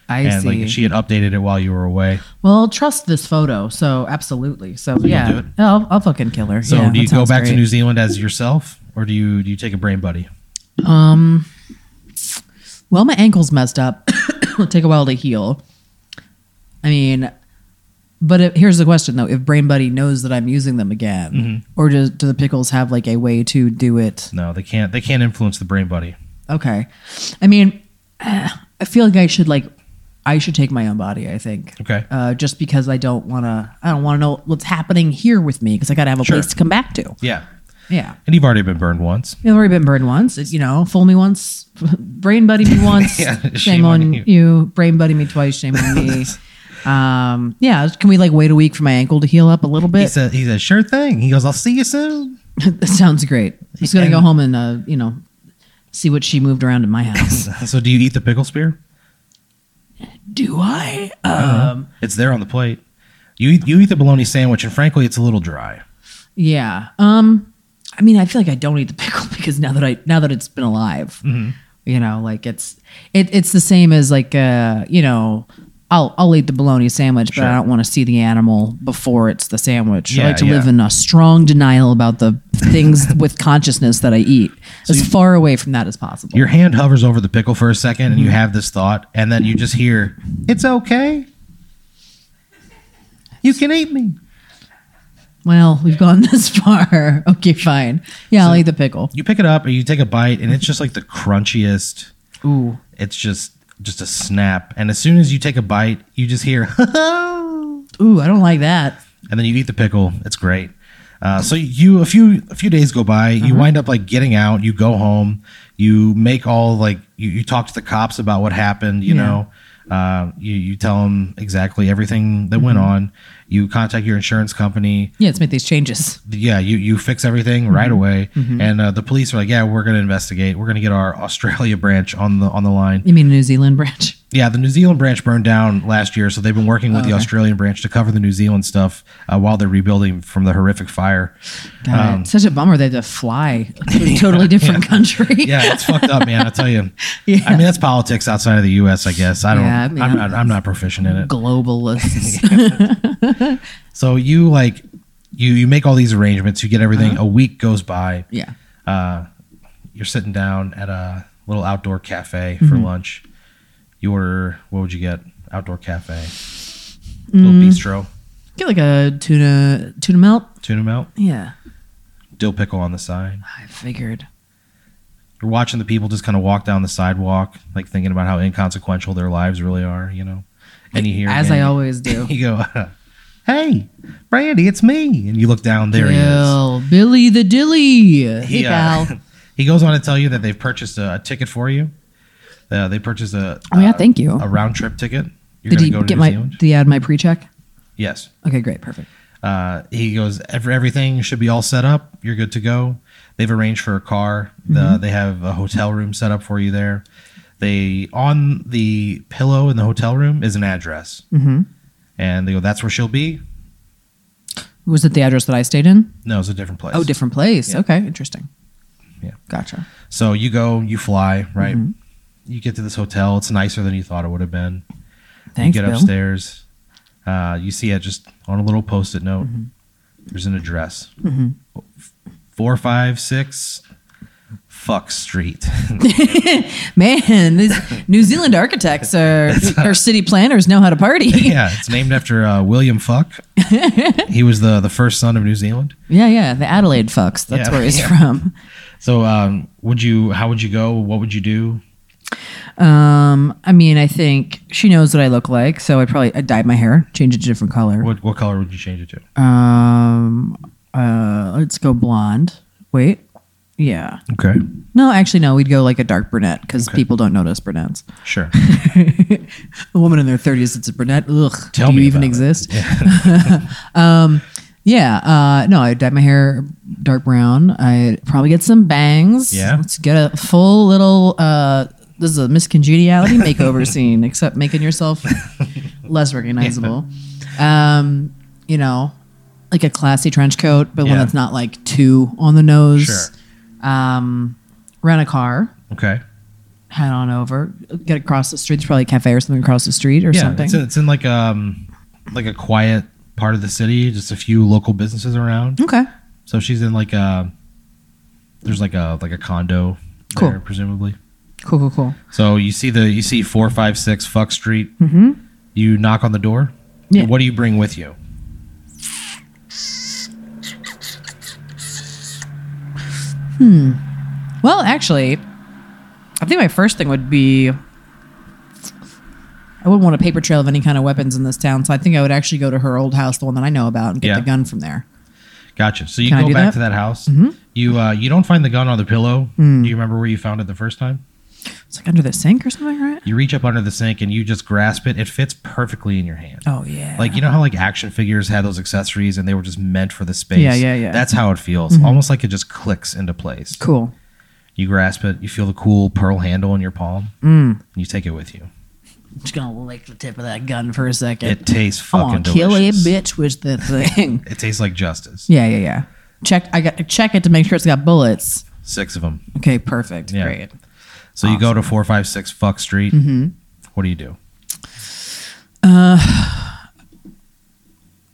[SPEAKER 2] I
[SPEAKER 1] and
[SPEAKER 2] see.
[SPEAKER 1] like she had updated it while you were away.
[SPEAKER 2] Well, trust this photo. So absolutely. So
[SPEAKER 1] you'll
[SPEAKER 2] yeah,
[SPEAKER 1] do it?
[SPEAKER 2] I'll, I'll fucking kill her.
[SPEAKER 1] So
[SPEAKER 2] Yeah,
[SPEAKER 1] do you
[SPEAKER 2] that
[SPEAKER 1] go
[SPEAKER 2] sounds
[SPEAKER 1] back to
[SPEAKER 2] great.
[SPEAKER 1] New Zealand as yourself, or do you do you take a brain buddy?
[SPEAKER 2] Um, well, my ankle's messed up. (coughs) It'll take a while to heal. I mean, but if, here's the question though: If Brain Buddy knows that I'm using them again, or does do the pickles have like a way to do it?
[SPEAKER 1] No, they can't. They can't influence the brain buddy.
[SPEAKER 2] Okay, I mean, (sighs) I feel like I should like I should take my own body. I think.
[SPEAKER 1] Okay.
[SPEAKER 2] Uh, just because I don't want to, I don't want to know what's happening here with me because I got to have a
[SPEAKER 1] Sure.
[SPEAKER 2] place to come back to.
[SPEAKER 1] Yeah,
[SPEAKER 2] Yeah.
[SPEAKER 1] and you've already been burned once.
[SPEAKER 2] You've already been burned once. It's, you know, fool me once, (laughs) brain buddy
[SPEAKER 1] (laughs)
[SPEAKER 2] me once.
[SPEAKER 1] Yeah,
[SPEAKER 2] shame,
[SPEAKER 1] shame
[SPEAKER 2] on,
[SPEAKER 1] on
[SPEAKER 2] you.
[SPEAKER 1] you.
[SPEAKER 2] Brain buddy me twice. Shame
[SPEAKER 1] (laughs)
[SPEAKER 2] on me. um, yeah. Can we like wait a week for my ankle to heal up a little
[SPEAKER 1] He
[SPEAKER 2] bit?
[SPEAKER 1] said, "He said, sure thing." He goes, "I'll see you soon." (laughs)
[SPEAKER 2] (laughs) that sounds great. I'm just gonna
[SPEAKER 1] And-
[SPEAKER 2] go home and uh, you know, see what she moved around in
[SPEAKER 1] (laughs)
[SPEAKER 2] my house.
[SPEAKER 1] so, do you eat the pickle spear?
[SPEAKER 2] Do I? Um,
[SPEAKER 1] It's there on the plate. You eat, you eat the bologna sandwich, and frankly, it's a little dry.
[SPEAKER 2] yeah. Um, I mean, I feel like I don't eat the (laughs) pickle because now that I now that it's been alive,
[SPEAKER 1] Mm-hmm.
[SPEAKER 2] you know, like it's it, it's the same as like uh, you know, I'll I'll eat the bologna sandwich, but I
[SPEAKER 1] Sure.
[SPEAKER 2] don't want to see the animal before it's the sandwich. I
[SPEAKER 1] Yeah,
[SPEAKER 2] like to live
[SPEAKER 1] yeah.
[SPEAKER 2] in a strong denial about the
[SPEAKER 1] (laughs)
[SPEAKER 2] things with consciousness that I eat, as far away from that as possible.
[SPEAKER 1] Your hand hovers over the pickle for a 2nd and you have this thought, and then you just hear, "It's okay. You can eat me."
[SPEAKER 2] Well, we've gone (laughs) this far. Okay, fine. Yeah, I'll eat the pickle.
[SPEAKER 1] You pick it up and you take a bite, and it's just like the crunchiest.
[SPEAKER 2] Ooh.
[SPEAKER 1] It's just just a snap, and as soon as you take a bite, you just hear, (laughs)
[SPEAKER 2] Ooh, I don't like that.
[SPEAKER 1] and then you eat the pickle. It's great. Uh, so you a few a few days go by. You wind up like getting out. You go home. You make all like you, you talk to the cops about what happened. You
[SPEAKER 2] Yeah.
[SPEAKER 1] know, uh, you you tell them exactly everything that went on. You contact your insurance company.
[SPEAKER 2] Yeah, let's make these changes.
[SPEAKER 1] Yeah, you you fix everything right away. And uh, the police are like, yeah, we're gonna investigate. We're gonna get our (laughs) Australia branch on the on the line.
[SPEAKER 2] You mean New Zealand (laughs) branch?
[SPEAKER 1] Yeah, the New Zealand branch burned down last year, so they've been working
[SPEAKER 2] Oh,
[SPEAKER 1] with the Australian branch to cover the New Zealand stuff uh, while they're rebuilding from the horrific fire.
[SPEAKER 2] (laughs) God,
[SPEAKER 1] Um,
[SPEAKER 2] it's such a bummer they had to fly to
[SPEAKER 1] (laughs)
[SPEAKER 2] a totally different country.
[SPEAKER 1] Yeah, it's fucked up, man. I tell you.
[SPEAKER 2] Yeah.
[SPEAKER 1] I mean, that's politics outside of the U.S. I guess I don't.
[SPEAKER 2] Yeah,
[SPEAKER 1] I
[SPEAKER 2] I mean,
[SPEAKER 1] am
[SPEAKER 2] I'm-
[SPEAKER 1] not. I'm not proficient in it. (laughs)
[SPEAKER 2] Globalists.
[SPEAKER 1] So you like, you you make all these arrangements. You get everything.
[SPEAKER 2] Uh-huh.
[SPEAKER 1] A week goes by.
[SPEAKER 2] yeah.
[SPEAKER 1] You're sitting down at a little outdoor cafe
[SPEAKER 2] Mm-hmm.
[SPEAKER 1] for lunch. You order. What would you get? Outdoor cafe. Little
[SPEAKER 2] Mm.
[SPEAKER 1] bistro.
[SPEAKER 2] Get like a tuna tuna melt.
[SPEAKER 1] Tuna melt.
[SPEAKER 2] Yeah.
[SPEAKER 1] Dill pickle on the side.
[SPEAKER 2] I figured.
[SPEAKER 1] you're watching the people just kind of walk down the sidewalk, like thinking about how inconsequential their lives really are, you know. And you hear
[SPEAKER 2] As
[SPEAKER 1] again,
[SPEAKER 2] I
[SPEAKER 1] (laughs)
[SPEAKER 2] always do.
[SPEAKER 1] you go, "Hey, Brandy, it's me!" And you look down, there he is.
[SPEAKER 2] Bill, Billy the Dilly. Hey,
[SPEAKER 1] uh, (laughs)
[SPEAKER 2] pal.
[SPEAKER 1] he goes on to tell you that they've purchased a, a ticket for you. Uh, they purchased a
[SPEAKER 2] Oh, yeah,
[SPEAKER 1] a-
[SPEAKER 2] thank you.
[SPEAKER 1] a round trip ticket. You're Uh,
[SPEAKER 2] Did
[SPEAKER 1] gonna
[SPEAKER 2] he
[SPEAKER 1] go to
[SPEAKER 2] get
[SPEAKER 1] New
[SPEAKER 2] my
[SPEAKER 1] Zealand.
[SPEAKER 2] did he add my pre check?
[SPEAKER 1] Yes.
[SPEAKER 2] Okay, great, perfect.
[SPEAKER 1] Uh, he goes, Every, everything should be all set up. You're good to go. They've arranged for a car. The,
[SPEAKER 2] Mm-hmm.
[SPEAKER 1] They have a hotel room set up for you there. They on the pillow in the hotel room is an address, mm-hmm. and they go, "That's where she'll be."
[SPEAKER 2] Was it the address that I stayed in?
[SPEAKER 1] No, it's a different place.
[SPEAKER 2] Oh, different place.
[SPEAKER 1] Yeah.
[SPEAKER 2] Okay, interesting.
[SPEAKER 1] Yeah.
[SPEAKER 2] Gotcha.
[SPEAKER 1] So you go, you fly, right?
[SPEAKER 2] Mm-hmm.
[SPEAKER 1] You get to this hotel. It's nicer than you thought it would have been.
[SPEAKER 2] Thanks,
[SPEAKER 1] you get
[SPEAKER 2] Bill.
[SPEAKER 1] upstairs. Uh, you see it just on a little post-it note.
[SPEAKER 2] Mm-hmm.
[SPEAKER 1] There's an address. Four, five, six, Fuck Street. (laughs)
[SPEAKER 2] Man, these New Zealand architects are or city planners know how to
[SPEAKER 1] (laughs)
[SPEAKER 2] party.
[SPEAKER 1] yeah, it's named after uh, William Fuck. he was the the first son of New Zealand.
[SPEAKER 2] Yeah, yeah. The Adelaide fucks. That's
[SPEAKER 1] Yeah,
[SPEAKER 2] where
[SPEAKER 1] (laughs)
[SPEAKER 2] he's
[SPEAKER 1] yeah.
[SPEAKER 2] from.
[SPEAKER 1] So, um, would you? How would you go? What would you do?
[SPEAKER 2] Um, I mean, I think she knows what I look like, so I'd probably I'd dye my hair, change it to a different color.
[SPEAKER 1] What what color would you change it to?
[SPEAKER 2] Uh, Um, uh, let's go blonde. Wait, yeah.
[SPEAKER 1] Okay,
[SPEAKER 2] No, actually, no. We'd go like a dark brunette because people don't notice brunettes. (laughs)
[SPEAKER 1] sure.
[SPEAKER 2] A woman in their thirties that's a brunette. Ugh.
[SPEAKER 1] Tell
[SPEAKER 2] do you
[SPEAKER 1] me
[SPEAKER 2] even
[SPEAKER 1] about it.
[SPEAKER 2] exist? Yeah. (laughs) um, yeah. Uh, no, I'd dye my hair dark brown. I'd probably get some bangs.
[SPEAKER 1] Yeah.
[SPEAKER 2] Let's get a full little. Uh, this is a Miss
[SPEAKER 1] (laughs)
[SPEAKER 2] Congeniality makeover scene, except making yourself less recognizable. Um, you know, like a classy trench coat, but one
[SPEAKER 1] Yeah.
[SPEAKER 2] that's not like too on the nose.
[SPEAKER 1] Sure.
[SPEAKER 2] Um, rent a car
[SPEAKER 1] Okay,
[SPEAKER 2] head on over, get across the street. There's probably a cafe or something across the street or
[SPEAKER 1] yeah,
[SPEAKER 2] something.
[SPEAKER 1] It's, in- it's in like um like a quiet part of the city, just a few local businesses around.
[SPEAKER 2] okay.
[SPEAKER 1] So she's in like a there's like a like a condo
[SPEAKER 2] Cool.
[SPEAKER 1] there, presumably.
[SPEAKER 2] Cool, cool, cool.
[SPEAKER 1] So you see the you see four five six Fuck Street. You knock on the door.
[SPEAKER 2] Mm-hmm. Yeah.
[SPEAKER 1] What do you bring with you?
[SPEAKER 2] Well, actually, I think my first thing would be I wouldn't want a paper trail of any kind of weapons in this town, so I think I would actually go to her old house, the one that I know about, and get
[SPEAKER 1] Yeah.
[SPEAKER 2] the gun from there.
[SPEAKER 1] Gotcha. So you
[SPEAKER 2] Can I
[SPEAKER 1] go
[SPEAKER 2] do
[SPEAKER 1] back to
[SPEAKER 2] that? Mm-hmm.
[SPEAKER 1] that house. You uh, you don't find the gun on the pillow.
[SPEAKER 2] Mm.
[SPEAKER 1] Do you remember where you found it the first time?
[SPEAKER 2] It's like under the sink or something, right?
[SPEAKER 1] You reach up under the sink and you just grasp it. It fits perfectly in your hand.
[SPEAKER 2] Oh yeah.
[SPEAKER 1] Like you know how like action figures had those accessories and they were just meant for the space.
[SPEAKER 2] Yeah, yeah, yeah.
[SPEAKER 1] That's how it feels. Almost like it just clicks into place.
[SPEAKER 2] cool.
[SPEAKER 1] You grasp it. You feel the cool pearl handle in your palm.
[SPEAKER 2] Mm.
[SPEAKER 1] and you take it with you.
[SPEAKER 2] I'm just gonna lick the tip of that gun for a second.
[SPEAKER 1] It tastes
[SPEAKER 2] I'm
[SPEAKER 1] fucking
[SPEAKER 2] gonna
[SPEAKER 1] delicious.
[SPEAKER 2] kill a bitch with the thing. (laughs)
[SPEAKER 1] It tastes like justice.
[SPEAKER 2] yeah, yeah, yeah. Check. I got check it to make sure it's got bullets.
[SPEAKER 1] Six of them.
[SPEAKER 2] Okay, perfect.
[SPEAKER 1] Yeah.
[SPEAKER 2] Great.
[SPEAKER 1] So you go to four five six Fuck Street.
[SPEAKER 2] Mm-hmm.
[SPEAKER 1] What do you do?
[SPEAKER 2] I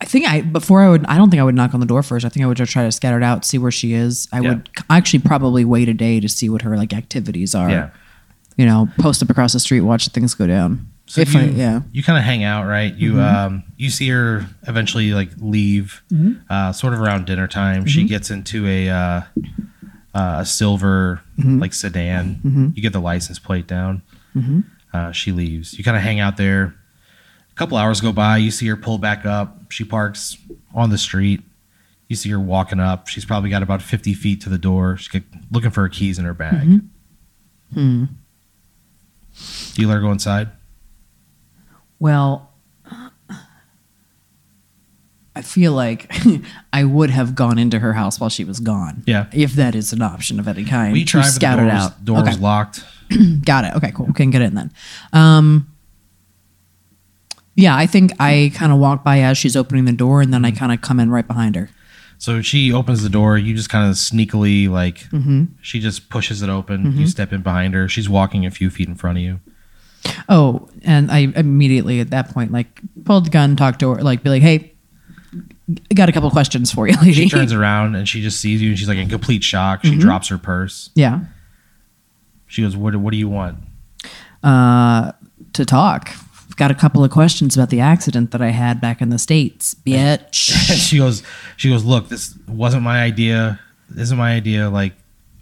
[SPEAKER 2] think I before I would I don't think I would knock on the door first. I think I would just try to scatter it out, see where she is. I
[SPEAKER 1] Yeah.
[SPEAKER 2] would c- actually probably wait a day to see what her like activities are.
[SPEAKER 1] Yeah.
[SPEAKER 2] You know, post up across the street, watch things go down.
[SPEAKER 1] So
[SPEAKER 2] If
[SPEAKER 1] you,
[SPEAKER 2] I- yeah.
[SPEAKER 1] you kind of hang out, right? You um, you see her eventually like leave, uh, sort of around dinner time. She gets into a uh, uh, a silver like sedan. You get the license plate down. Uh, she leaves. You kind of hang out there. A couple hours go by. You see her pull back up. She parks on the street. You see her walking up. She's probably got about fifty feet to the door. She's get- looking for her keys in her bag. Do you let her go inside?
[SPEAKER 2] Well, I feel like (laughs) I would have gone into her house while she was gone.
[SPEAKER 1] Yeah.
[SPEAKER 2] If that is an option of any kind.
[SPEAKER 1] We
[SPEAKER 2] to
[SPEAKER 1] try, but the
[SPEAKER 2] scout
[SPEAKER 1] door
[SPEAKER 2] it
[SPEAKER 1] was,
[SPEAKER 2] out.
[SPEAKER 1] door was
[SPEAKER 2] Okay.
[SPEAKER 1] locked.
[SPEAKER 2] (clears throat) Got it. Okay, cool. We can get in then. Um, yeah, I think I kind of walk by as she's opening the door, and
[SPEAKER 1] Mm-hmm.
[SPEAKER 2] then I kind of come in right behind her.
[SPEAKER 1] So she opens the door. You just kind of sneakily, like,
[SPEAKER 2] Mm-hmm.
[SPEAKER 1] she just pushes it open. You step in behind her. She's walking a few feet in front of you.
[SPEAKER 2] Oh, and I immediately at that point like pulled the gun, talked to her, like be like, "Hey, I got a couple questions for you, (laughs) lady."
[SPEAKER 1] She turns around and she just sees you and she's like in complete shock.
[SPEAKER 2] Mm-hmm.
[SPEAKER 1] She drops her purse.
[SPEAKER 2] yeah,
[SPEAKER 1] She goes, what, what do you want? (laughs)
[SPEAKER 2] uh, to talk. I've got a couple of questions about the accident that I had back in
[SPEAKER 1] (laughs)
[SPEAKER 2] the states, bitch.
[SPEAKER 1] she goes, she goes, look, this wasn't my idea. This isn't my idea. Like,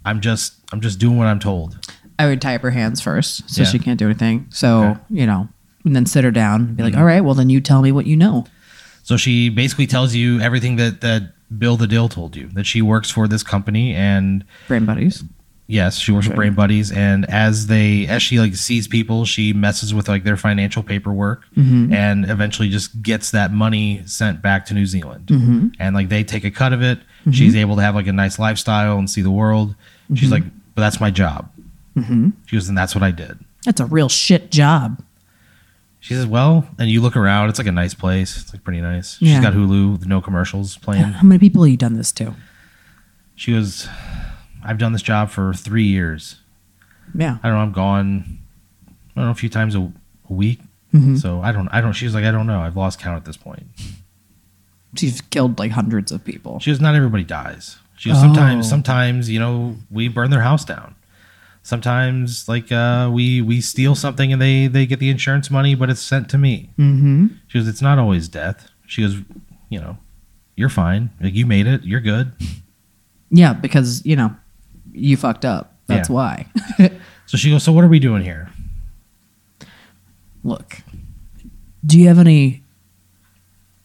[SPEAKER 1] I'm just, I'm just doing what I'm told.
[SPEAKER 2] I would tie up her hands first, so
[SPEAKER 1] Yeah.
[SPEAKER 2] she can't do anything. So
[SPEAKER 1] Okay. Mm-hmm.
[SPEAKER 2] you know, and then sit her down and be like, "All right, well then you tell me what you know."
[SPEAKER 1] So she basically tells you everything that, that Bill the Dill told you, that she works for this company and
[SPEAKER 2] Brain buddies.
[SPEAKER 1] Yes, she works with Brain Buddies, and as they as she like sees people, she messes with like their financial paperwork, and eventually just gets that money sent back to New Zealand, and like they take a cut of it. She's able to have like a nice lifestyle and see the world. She's like, "But that's my job." She goes, "And that's what I did."
[SPEAKER 2] That's a real shit job.
[SPEAKER 1] She says, "Well," and you look around. It's like a nice place. It's like pretty nice.
[SPEAKER 2] Yeah.
[SPEAKER 1] She's got Hulu, with no commercials playing.
[SPEAKER 2] How many people have you done this to?
[SPEAKER 1] She goes, "I've done this job for three years."
[SPEAKER 2] Yeah.
[SPEAKER 1] I don't know. I'm gone. I don't know a few times a, a week.
[SPEAKER 2] Mm-hmm.
[SPEAKER 1] So I don't. I don't. She was like, I don't know. I've lost count at this point.
[SPEAKER 2] She's killed like hundreds of people.
[SPEAKER 1] She was not everybody dies. She was sometimes.
[SPEAKER 2] Oh.
[SPEAKER 1] Sometimes you know we burn their house down. Sometimes like uh, we we steal something and they they get the insurance money, but it's sent to me.
[SPEAKER 2] Mm-hmm.
[SPEAKER 1] She goes, it's not always death. She goes, you know, you're fine. Like you made it. You're good.
[SPEAKER 2] Yeah, because, you know, you fucked up. That's
[SPEAKER 1] Yeah.
[SPEAKER 2] why. (laughs)
[SPEAKER 1] So she goes. So what are we doing here?
[SPEAKER 2] Look. Do you have any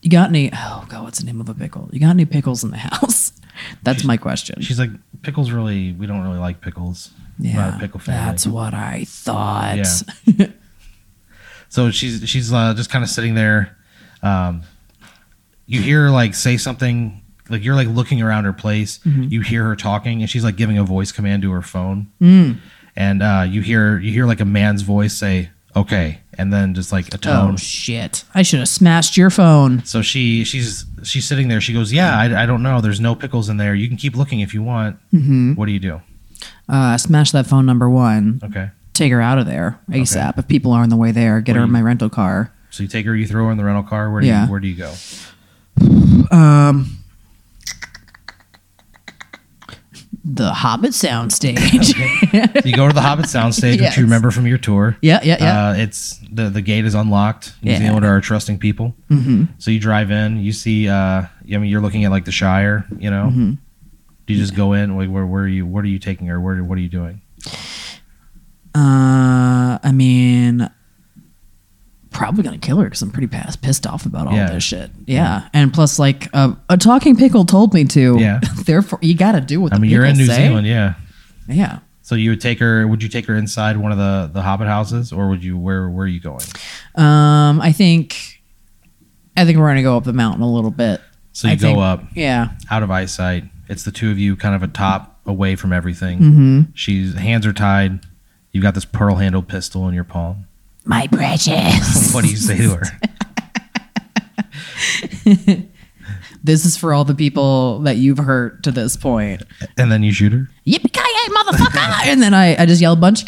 [SPEAKER 2] you got any oh god, what's the name of a pickle? You got any pickles in the (laughs) house? That's my question.
[SPEAKER 1] She's like, pickles. Really, we don't really like pickles. We're
[SPEAKER 2] yeah.
[SPEAKER 1] not a pickle family.
[SPEAKER 2] that's what I thought.
[SPEAKER 1] So she's she's uh, just kind of sitting there. Um, you hear her, like say something. Like you're like looking around her place.
[SPEAKER 2] Mm-hmm.
[SPEAKER 1] You hear her talking, and she's like giving a voice command to her phone.
[SPEAKER 2] Mm.
[SPEAKER 1] And uh, you hear you hear like a man's voice say "okay," and then just like a tone.
[SPEAKER 2] Oh shit. I should have smashed your phone.
[SPEAKER 1] so she she's she's sitting there. She goes, "Yeah, I, I don't know. There's no pickles in there.
[SPEAKER 2] Mm-hmm.
[SPEAKER 1] You can keep looking if you want. What do you do?
[SPEAKER 2] Uh smash that phone number one.
[SPEAKER 1] Okay,
[SPEAKER 2] take her out of there ASAP. If people are on the way there, get her in my rental car.
[SPEAKER 1] So you take her, you throw her in the rental car. Where do
[SPEAKER 2] Yeah.
[SPEAKER 1] you where do you go?
[SPEAKER 2] The
[SPEAKER 1] (laughs)
[SPEAKER 2] Hobbit soundstage.
[SPEAKER 1] You go to the
[SPEAKER 2] (laughs)
[SPEAKER 1] Hobbit soundstage, which
[SPEAKER 2] Yes.
[SPEAKER 1] you remember from your tour.
[SPEAKER 2] (laughs) Yeah, yeah, yeah.
[SPEAKER 1] Uh, it's the the gate is unlocked. New
[SPEAKER 2] Yeah. Mm-hmm.
[SPEAKER 1] Zealand are our trusting people. So you drive in, you see. Uh, I mean, you're looking at like the Shire. You know,
[SPEAKER 2] Mm-hmm.
[SPEAKER 1] do you just go in? Like, where where are you? What are you taking her? Where what are you doing?
[SPEAKER 2] uh, I mean, probably gonna kill her because I'm pretty past, pissed off about all
[SPEAKER 1] Yeah.
[SPEAKER 2] this shit. Yeah, and plus, like uh, a talking pickle told me to.
[SPEAKER 1] Yeah.
[SPEAKER 2] (laughs) Therefore, you got to do what
[SPEAKER 1] I
[SPEAKER 2] the
[SPEAKER 1] mean, you're in
[SPEAKER 2] people
[SPEAKER 1] New
[SPEAKER 2] say.
[SPEAKER 1] Zealand, yeah.
[SPEAKER 2] Yeah.
[SPEAKER 1] So you would take her? Would you take her inside one of the the Hobbit houses, or would you? Where where are you going?
[SPEAKER 2] Um, I think, I think we're gonna go up the mountain a little bit.
[SPEAKER 1] So you
[SPEAKER 2] I
[SPEAKER 1] go
[SPEAKER 2] think-
[SPEAKER 1] up
[SPEAKER 2] Yeah.
[SPEAKER 1] out of eyesight. It's the two of you, kind of atop, away from everything.
[SPEAKER 2] Mm-hmm.
[SPEAKER 1] She's hands are tied. You've got this pearl handled pistol in your palm.
[SPEAKER 2] My precious.
[SPEAKER 1] What do you say to her?
[SPEAKER 2] (laughs) This is for all the people that you've hurt to this point.
[SPEAKER 1] And then you shoot her.
[SPEAKER 2] Yippee ki yay, motherfucker! (laughs) and then I, I just yell a bunch of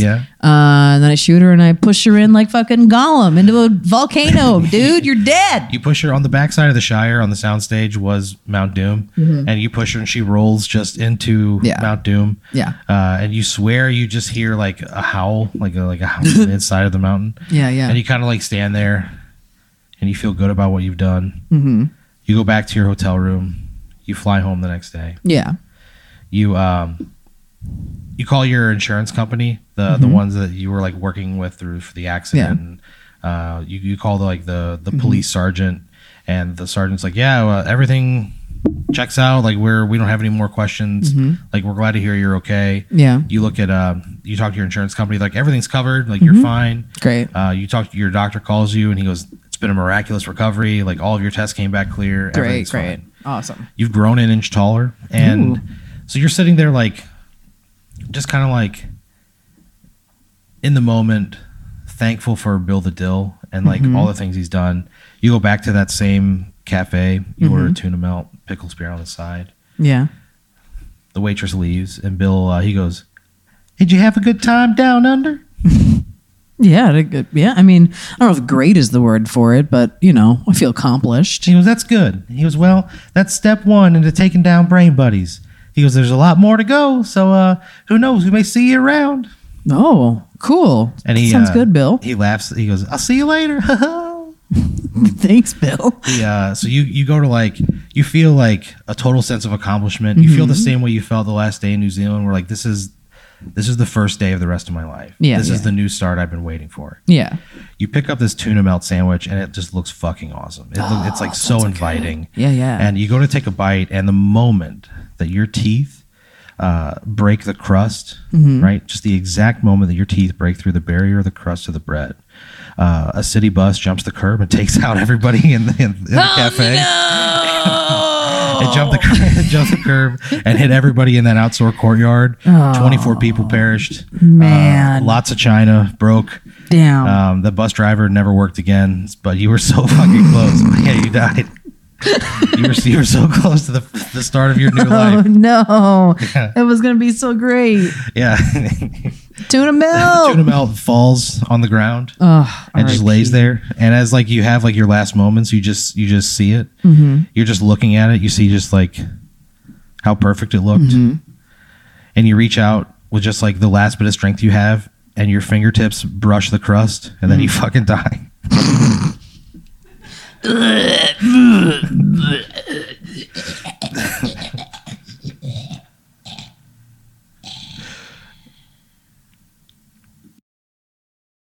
[SPEAKER 1] (laughs) Yeah.
[SPEAKER 2] Uh, and then I shoot her and I push her in like fucking Gollum into a
[SPEAKER 1] (laughs)
[SPEAKER 2] volcano, dude. You're dead.
[SPEAKER 1] You push her on the backside of the Shire on the soundstage was Mount Doom, and you push her and she rolls just into
[SPEAKER 2] Mm-hmm. Yeah.
[SPEAKER 1] Mount Doom.
[SPEAKER 2] Yeah.
[SPEAKER 1] uh, and you swear you just hear like a howl, like a, like a
[SPEAKER 2] (laughs)
[SPEAKER 1] howl from the inside of the mountain.
[SPEAKER 2] Yeah, yeah.
[SPEAKER 1] And you kind of like stand there, and you feel good about what you've done. Mm-hmm. You go back to your hotel room. You fly home the next day.
[SPEAKER 2] Yeah.
[SPEAKER 1] You um, you call your insurance company, the the
[SPEAKER 2] Mm-hmm.
[SPEAKER 1] ones that you were like working with through for the accident. and Uh, you you call the, like the
[SPEAKER 2] Mm-hmm.
[SPEAKER 1] the police sergeant, and the sergeant's like, yeah, well, everything checks out. Like we're we don't have any more questions.
[SPEAKER 2] Mm-hmm.
[SPEAKER 1] Like we're glad to hear you're okay
[SPEAKER 2] Yeah.
[SPEAKER 1] you look at um, you talk to your insurance company like everything's covered like
[SPEAKER 2] Mm-hmm.
[SPEAKER 1] you're fine
[SPEAKER 2] Great.
[SPEAKER 1] uh, you talk to your doctor calls you and he goes it's been a miraculous recovery like all of your tests came back clear
[SPEAKER 2] Great.
[SPEAKER 1] everything's
[SPEAKER 2] Great.
[SPEAKER 1] fine."
[SPEAKER 2] Awesome.
[SPEAKER 1] you've grown an inch taller and
[SPEAKER 2] Ooh.
[SPEAKER 1] so you're sitting there like just kind of like in the moment thankful for bill the dill and like all the things he's done you go back to that same cafe you order a tuna melt pickle spear on the side
[SPEAKER 2] Yeah.
[SPEAKER 1] the waitress leaves and bill uh, he goes did you have a good time down under
[SPEAKER 2] Yeah. it- it- Yeah. I mean, I don't know if great is the word for it, but you know, I feel accomplished.
[SPEAKER 1] He goes, that's good. He goes, well, that's step one into taking down brain buddies. He goes, there's a lot more to go. So uh, who knows? We may see you around.
[SPEAKER 2] Oh, cool.
[SPEAKER 1] And he
[SPEAKER 2] sounds
[SPEAKER 1] uh,
[SPEAKER 2] good,
[SPEAKER 1] (laughs)
[SPEAKER 2] Bill.
[SPEAKER 1] He laughs. He goes, I'll see you later. (laughs) he,
[SPEAKER 2] Thanks, Bill.
[SPEAKER 1] uh, so you you go to like you feel like a total sense of accomplishment. You feel the
[SPEAKER 2] Mm-hmm.
[SPEAKER 1] same way you felt the last day in New Zealand. Where like this is this is the first day of the rest of my life.
[SPEAKER 2] Yeah,
[SPEAKER 1] this is
[SPEAKER 2] yeah.
[SPEAKER 1] the new start I've been waiting for.
[SPEAKER 2] Yeah.
[SPEAKER 1] you pick up this tuna melt sandwich and it just looks fucking awesome. It look, it's
[SPEAKER 2] (gasps)
[SPEAKER 1] like so inviting.
[SPEAKER 2] Yeah, yeah.
[SPEAKER 1] And you go to take a bite, and the moment that your teeth uh, break the crust, right? Just the exact moment that your teeth break through the barrier of the crust of the bread, uh, a city bus jumps the curb and (laughs) takes out everybody in the, in, in the cafe. It jumped the curb, (laughs) it jumped the curb and hit everybody in that outdoor courtyard. Twenty-four people perished.
[SPEAKER 2] (laughs) Man.
[SPEAKER 1] lots of china broke.
[SPEAKER 2] Damn.
[SPEAKER 1] Um, the bus driver never worked again, but you were so (laughs) fucking close. yeah, you died. you, were, you were so close to the, the start of your new
[SPEAKER 2] oh
[SPEAKER 1] life. (laughs)
[SPEAKER 2] (laughs) no. It was gonna be so great.
[SPEAKER 1] Yeah. (laughs)
[SPEAKER 2] Tuna
[SPEAKER 1] Tuna
[SPEAKER 2] melt.
[SPEAKER 1] melt falls on the ground
[SPEAKER 2] Oh,
[SPEAKER 1] and just lays there. And as like you have like your last moments, you just you just see it.
[SPEAKER 2] Mm-hmm.
[SPEAKER 1] You're just looking at it. You see just like how perfect it looked.
[SPEAKER 2] Mm-hmm.
[SPEAKER 1] And you reach out with just like the last bit of strength you have, and your fingertips brush the crust, and then you
[SPEAKER 2] Mm.
[SPEAKER 1] fucking die.